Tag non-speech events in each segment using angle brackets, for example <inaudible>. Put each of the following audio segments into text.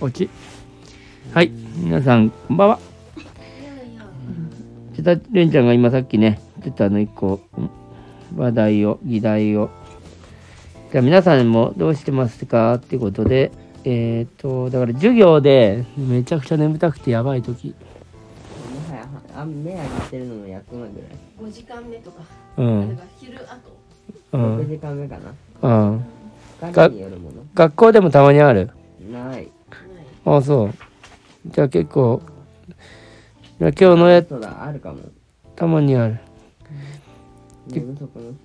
大きいはい皆さんこんばんはちたれんちゃんが今さっきねちょっとあの一個うん話題を議題をじゃあ皆さんもどうしてますかってことでえっ、とだから授業でめちゃくちゃ眠たくてやばい時もはやあ目開けてるのの役目ぐらい、五時間目とか、うあれんが昼後。う6ん時間目かなうん疲れによるもの学校でもたまにあるないない。ああそうじゃあ結構じゃあ今日のやそうだあるかもたまにある寝不足の人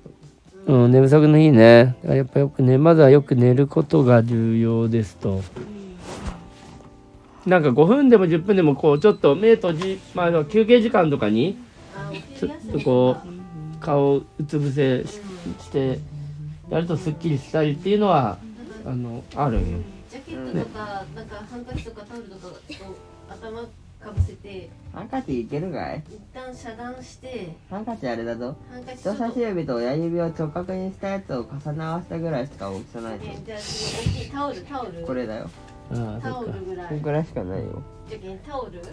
うん、寝不足の日ね。だからやっぱよくね、まずはよく寝ることが重要ですと。なんか5分でも10分でもこうちょっと目閉じ、まあ、休憩時間とかにあ、お昼ちょっ休とみことかう顔をうつ伏せししてやるとすっきりしたりっていうのはあのあるんよ。ジャケットとか、なんかハンカチとかタオルとかを頭かぶせて、ハンカチいけるかい一旦遮断して、ハンカチあれだぞハンカチちょ人っと差し指と親指を直角にしたやつを重ね合わせたぐらいしか大きさないぞえじゃあその大きいタオル、タオル、これだよああタそオっルか。 <laughs> ぐらこんい。ぐらいしかないよじゃけんタオルとか、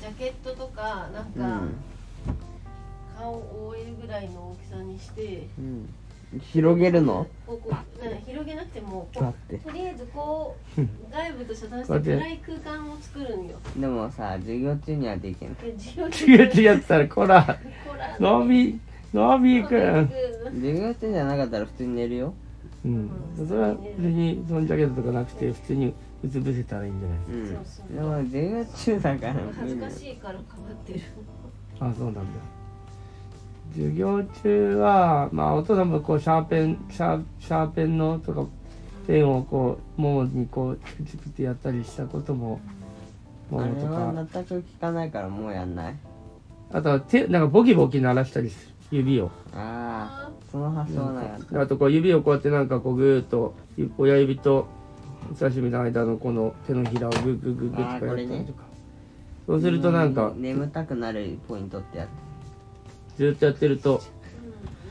ジャケットとか、なんうかん、顔を覆えるぐらいの大きさにして、うん広げるのこうこうなんか広げなくても、こうだってとりあえずこう外部と遮断して暗い空間を作るんよ。でもさ授業中にはできないで授業違う中違うやってたらこら、ほらのび、のびくん。授業中じゃなかったら普通に寝るようん。それは別にそのジャケットとかなくて普通にうつ伏せたらいいんじゃないうそんうそうでも授業中だから無恥ず理よかしいからかぶってる。あそうなんだ授業中はまあお父さんもこうシャーペンシャーシャーペンのとかペンをこうももにこうプチプチやったりしたことももあもれとかは全く聞かないからもうやんないあとは手なんかボキボキ鳴らしたりする指をあああその発想はないやあとこう指をこうやってなんかこうグーッと親指と人差し指の間のこの手のひらをグーグーグーグーとかやったりとか、そうするとなんか眠たくなるポイントってやずっとやってる <laughs> と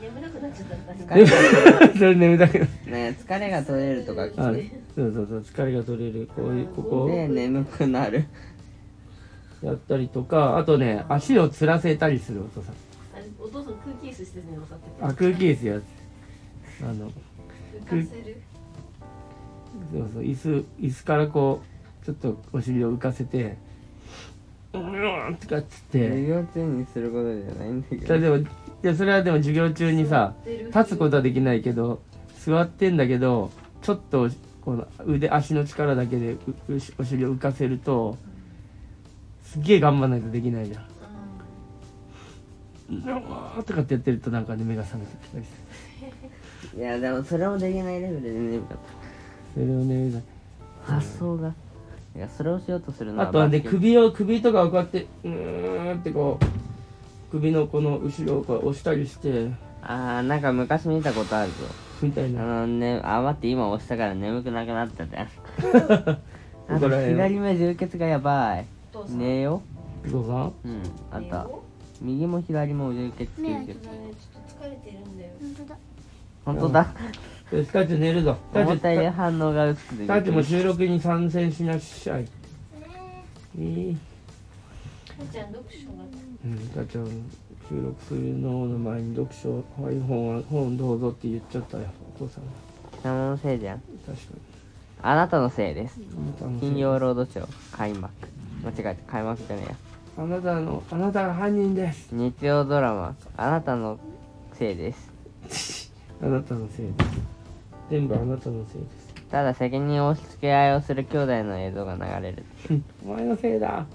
うん眠なくなっちゃったんだ疲れがそれ眠たくなるね疲れが取れるとかあ聞るそうそうそう疲れが取れるこういうここくで眠く <laughs> なるやったりとかあとね足をつらせたりするお父さんあれお父さん空気椅子してるの分かってて。あ空気椅子やつあの浮かせる。そうそう椅子椅子からこうちょっとお尻を浮かせてうーんとかっつっ授て業中にすることじゃないんだけそどれでもいやそれはでも授業中にさ立つことはできないけど座ってんだけどちょっとこの腕足の力だけでううお尻を浮かせるとすっげえ頑張らないとできないじゃん。うわーとかってやってるとなんかね目が覚めてきたりする。いやでもそれもできないレベルで眠かっそれをねた発想がいやそれをしようとするのあとはねバスケ首を首とかをこうやってうーんってこう首のこの後ろをこう押したりしてああなんか昔見たことあるぞみたいあなのねあ待って今押したから眠くなくなったじゃんあ怒とられる左目充血がやばいお父さん。寝よお父さんううんあっ寝たよ右も左も充血目充開け血たう。ねちょっと疲れてるんだよ。本当だ。本当だよしタッチ寝るぞタ重ッチたい反応が薄くてタッチも収録に参戦しなっしゃいいい母ちゃん読書が。うんタッチは収録するのの前に読書はい本は本どうぞって言っちゃったよお父さんが生のせいじゃん確かあなたのせいですに金曜ロードショー開幕間違えた開幕じゃねえやあなたのあなたが犯人です日曜ドラマあなたのせいですあなたのせいです全部あなたのせいですただ責任を押し付け合いをする兄弟の映像が流れるお前のせいだ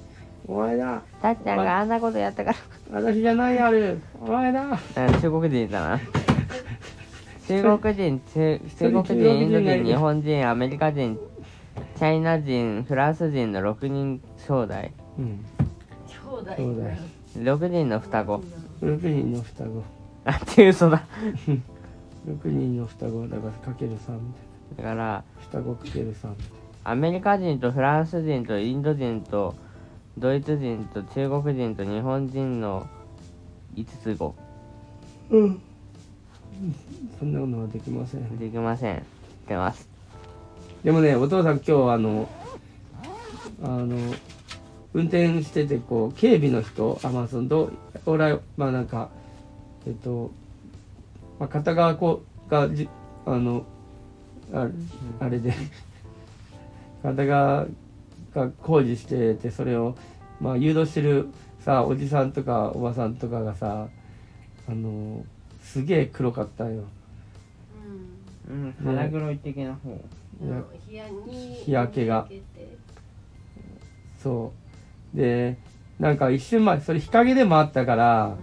お前だたっちゃんがあんなことやったか私じゃないあるお前だら中国人だ <laughs> な中国人中中国中人国インド人がい人る日本人アメリカ人チャイナ人フランス人の6人兄弟うん兄弟。兄弟6人の双子 <laughs> 6人の双子あって嘘だ6人の双子だからかける3みたいだからな双子かける3アメリカ人とフランス人とインド人とドイツ人と中国人と日本人の5つ子うんそんなのはできませんできません。出ます。でもねお父さん今日あのあの運転しててこう警備の人あまあそのどうおらまあなんかえっと、まあ、片側こうがじあのああれで片側が工事しててそれを、まあ、誘導してるさおじさんとかおばさんとかがさあのすげえ黒かったんよ。ううん、腹黒い的な方。んいやあの日焼けに日焼けが日焼けてそうでなんか一瞬前それ日陰でもあったから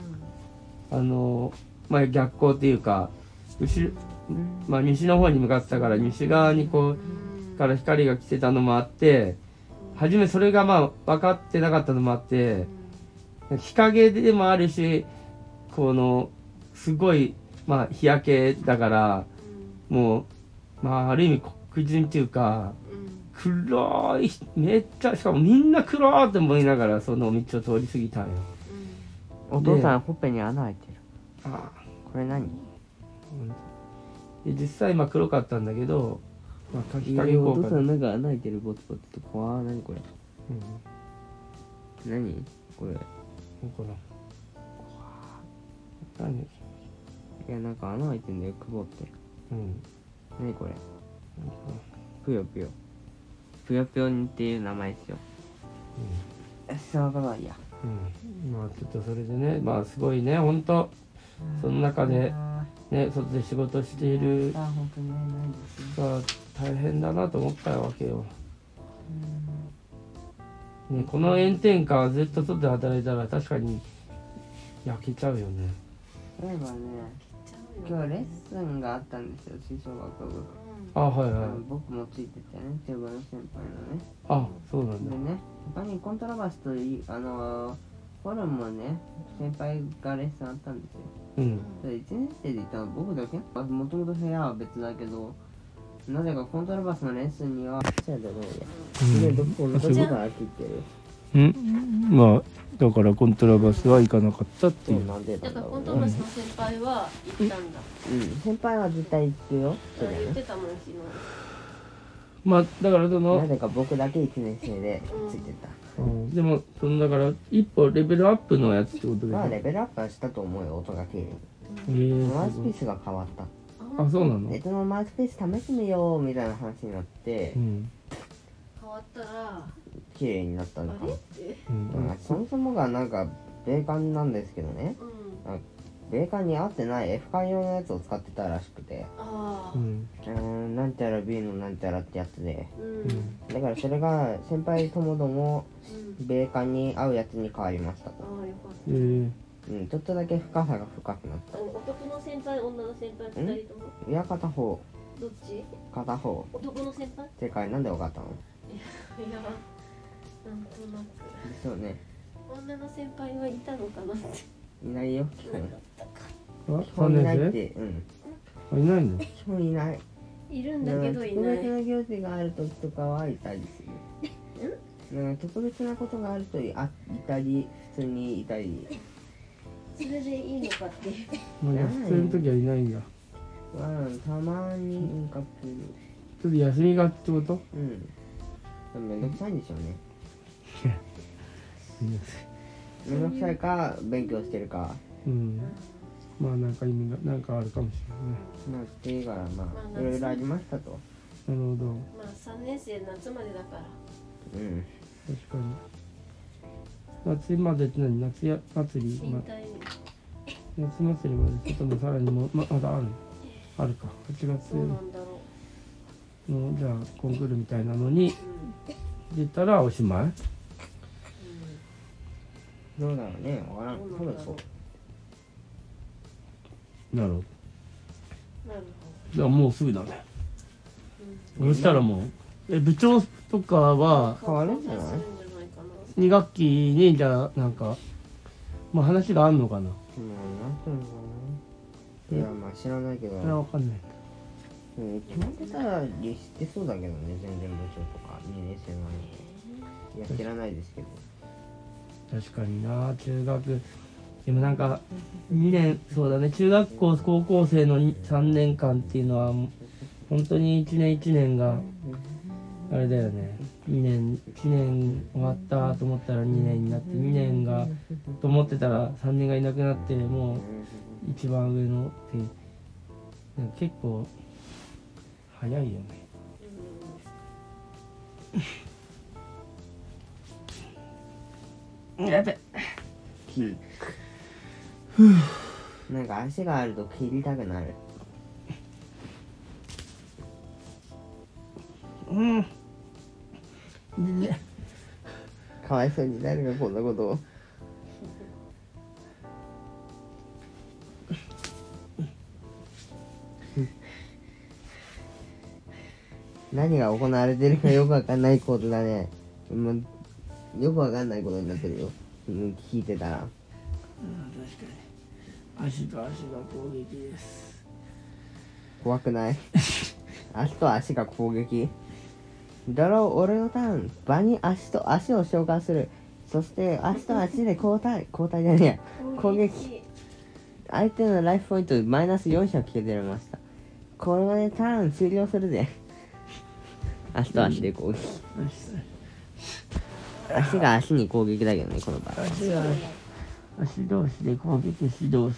あの、まあ、逆光っていうか後ろ、まあ、西の方に向かってたから西側にこううんから光が来てたのもあって初めそれがまあ分かってなかったのもあって日陰でもあるしこのすごい、まあ、日焼けだからもう、まあ、ある意味黒人っていうかうん黒いめっちゃしかもみんな黒ーって思いながらその道を通り過ぎたんよお父さん、ほっぺに穴開いてる。あこれ何ーで実際まあ黒かったんだけど、まあ、日い陰や効お果父さん、なんか穴開いてる、ボツボツと。怖い。何これ。うん何これ。いどこだ何や、なんか穴開いてんだよ、曇って。うん何これ。ぷよぷよ。ぷよぷよにっていう名前ですよ。しょうがないや。うん、まあちょっとそれでねまあすごいねほんとその中であね外で仕事しているー、あー本当にね、ないですね。が大変だなと思ったわけよ、ね、この炎天下ずっと外で働いたら確かに焼けちゃうよねそういえばね、ちゃうよ今日レッスンがあったんですよ、吹奏楽部。あはいあはいの僕もついててね、手羽の先輩のね。あそうなんだでね、他にコントラバスといい、あのー、フォルムもね、先輩がレッスンあったんですよ。うんで1年生でいたの僕だけもともと部屋は別だけど、なぜかコントラバスのレッスンには、そうだね。うんどこのどこが空いてるうんまあだからコントラバスは行かなかったっていうなんでだからコントロースの先輩は行ったんだうん、先輩は絶対行くよ。それ言ってたもん昨日まあだからそなの、ぜか僕だけ1年生でついてた。うんでもそのだから一歩レベルアップのやつってことでしょまあレベルアップはしたと思うよ、音が綺麗に。えマーウすスごピいースが変わった。あそうなの別のマウスピース試してみようみたいな話になってう、ん、変わったらあ綺麗になったれのかなっ。てうんまあそもそもがなんか、米韓なんですけどね。うん米韓に合ってない F 艦用のやつを使ってたらしくて、ああうんうーん、なんたら B のなんたらってやつで。うんうんだからそれが先輩ともどもうん米韓に合うやつに変わりましたと。ああよかっえーうん、ちょっとだけ深さが深くなった男の先輩女の先輩二人ともた。いや、片方、どっち片方。男の先輩 <laughs> 正解なんで分かったのいやなんとなくですよね。女の先輩はいたのかなっていないよ。なかったかあ基3本いないっ年て、うん。生あいないの基本いない。いるんだけどいな特別いな行事がある時とかはいたり <laughs> する。なんか特別なことがあるといあいたり、普通にいたり。それでいいのかっていうまあ普通の時はいないんだうん、たまにうんかくる。ちょっと休みがちってことうん。でもめんどくさいんでしょうね。めんどくさいか、勉強してるか。うんまあなんか意味がなんかあるかもしれないねまあ、っていうから、ままあ、あいろいろありましたと。なるほどまあ3年生夏までだからうん。確かに夏までって何夏や祭り、引ま、退に夏祭りまでちょっともうさらにもままだあるあるか8月そうなんだろのじゃあコンクールみたいなのにううん出たらおしまいどうだろうね、わからん。どう多なん分だそろうう。なるほどなるじゃあもうすぐだねうそんしたらもうえ部長とかはほど変わるんじゃない変わるんじゃないかな2学期にじゃあなんかまあ話があんのかなもうなんていうのかな。いや、まあ知らないけど、それはわかんないうん、決まってたりしてそうだけどね、全然部長とか、2年生なのに。いや、知らないですけど。確かにな中学でもなんか2年そうだね中学校高校生の3年間っていうのは本当に1年1年があれだよね2年1年終わったと思ったら2年になって2年がと思ってたら3年がいなくなってもう一番上のってなんか結構早いよねやべキーなんか足があると蹴りたくなるうんかわいそうに誰がこんなことを何が行われてるかよくわかんないことだね、もうよくわかんないことになってるよ、うん、聞いてたら足と足が攻撃です怖くない <laughs> 足と足が攻撃ドロー俺のターン場に足と足を召喚するそして足と足で交代交代じゃねえや攻撃相手のライフポイントマイナス400削れましたこれでターン終了するぜ足と足で攻撃足が足に攻撃だけどねこの場合足が足同士で攻撃し同士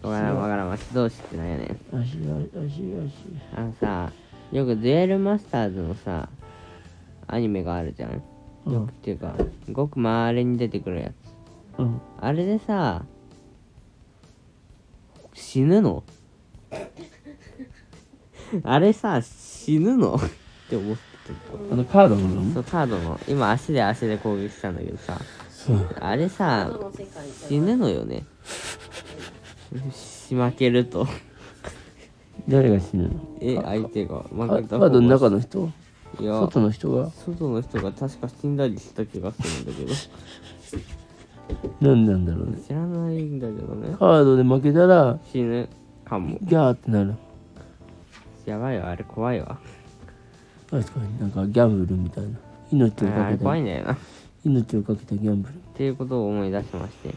わからんわからん足同士ってなんやねん足が足が足あのさよくデュエルマスターズのさアニメがあるじゃんうんっていうかごくまれに出てくるやつうんあれでさ死ぬの <laughs> あれさ死ぬのって思ってあのカードのたそうカードの今足で足で攻撃したんだけどさそうあれさどの世界じゃ死ぬのよねし負けると誰が死ぬのえ相手があ負カけたードの中の人いや外の人が外の人が確か死んだりした気がするんだけど何なんだろうね知らないんだけどねカードで負けたら死ぬかもギャーってなるやばいわあれ怖いわ確かになんかギャンブルみたいな命をあかれけ怖いたんだよなっ命をかけたギャンブルていうことを思い出しまして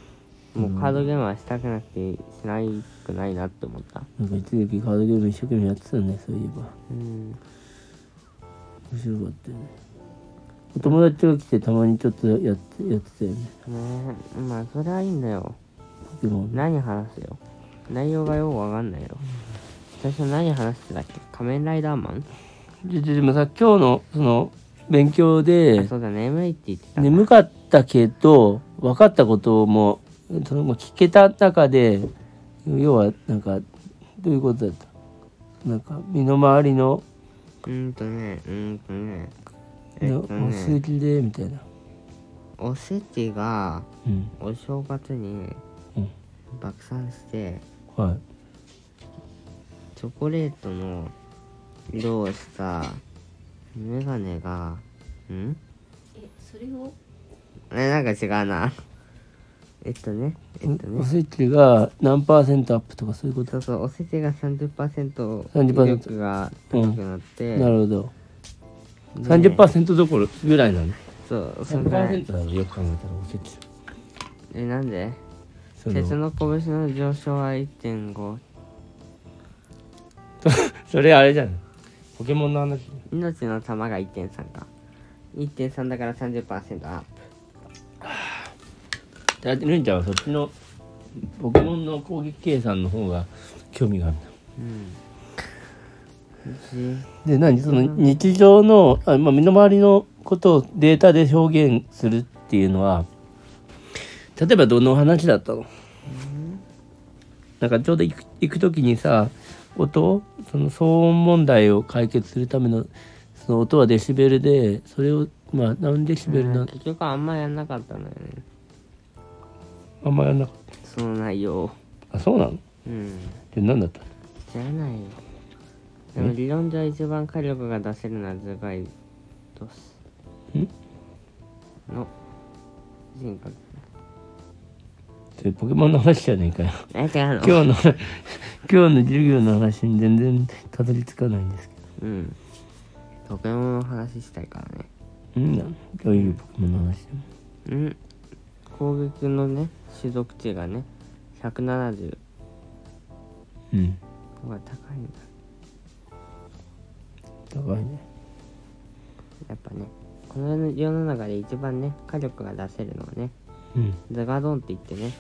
もうカードゲームはしたくなくてしないくないなって思ったなんか一時期カードゲーム一生懸命やってたねそういえばうん面白かったよねお友達が来てたまにちょっとやってやってたよねねえまあそれはいいんだよポケモンね何話すよ内容がよくわかんないよ最初何話してたっけ仮面ライダーマン、でででもさ今日のその勉強であそうだ眠いって言ってた、眠かったけど分かったこともそのもう聞けた中で要はなんかどういうことだったなんか身の回りのうーんとねうーんとねえっのとお数ね字でみたいな、おせちがうんお正月にうん爆散してはいチョコレートの色をしたメガネがんえそれをえなんか違うなえっとねえっとおねせちが何パーセントアップとかそういうこそとうそうおせちが30% 30%威力が高くなって、なるほどね30%どころぐらいなのそうそんぐらい100%だろよく考えたらおせちえなんでそ鉄のの拳の上昇は1.5それあれじゃないポケモンの話命の玉が1.3か1.3だから30%アッだってるんちゃんはそっちのポケモンの攻撃計算の方が興味があるんだプうんじで何その日常のあ、まあ、身の回りのことをデータで表現するっていうのは例えばどの話だったのなんかちょうど行く行く時にさ音その騒音問題を解決するためのその音はデシベルでそれをまあ何デシベルうんな結局あんまやんなかったのよねあんまやんなかっその内容をたあそうなのうんで何だったのじゃないよでも理論上一番火力が出せるのはズガイドスんの人格それポケモンの話じゃねえかよえ違 <laughs> うの今日の <laughs> 今日の授業の話に全然たどり着かないんですけどうんポケモンの話したいからねうんどういうポケモンの話でもうん攻撃のね種族値がね170うんの方が高いんだ高いねやっぱねこの世の中で一番ね火力が出せるのはねうんズガドンって言ってね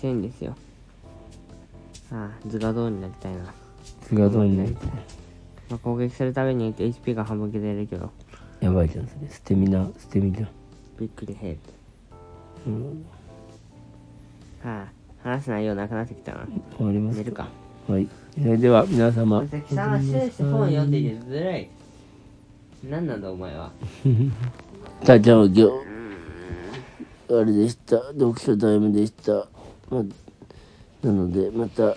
強いんですよああズガドンになりたいな、それがどうになりたいまあ、攻撃するたびに HP が半分切れるけどやばいじゃんそれ捨て身な捨て身じゃんびっくりヘイうんトはあ話す内容なくなってきたな終わります寝るかはいそれでは皆様貴様終始本読んでてずるい何なんだお前はたちゃんは今日あれでした読書タイムでした、まあなのでまた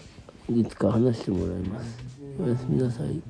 いつか話してもらいますおやすみなさい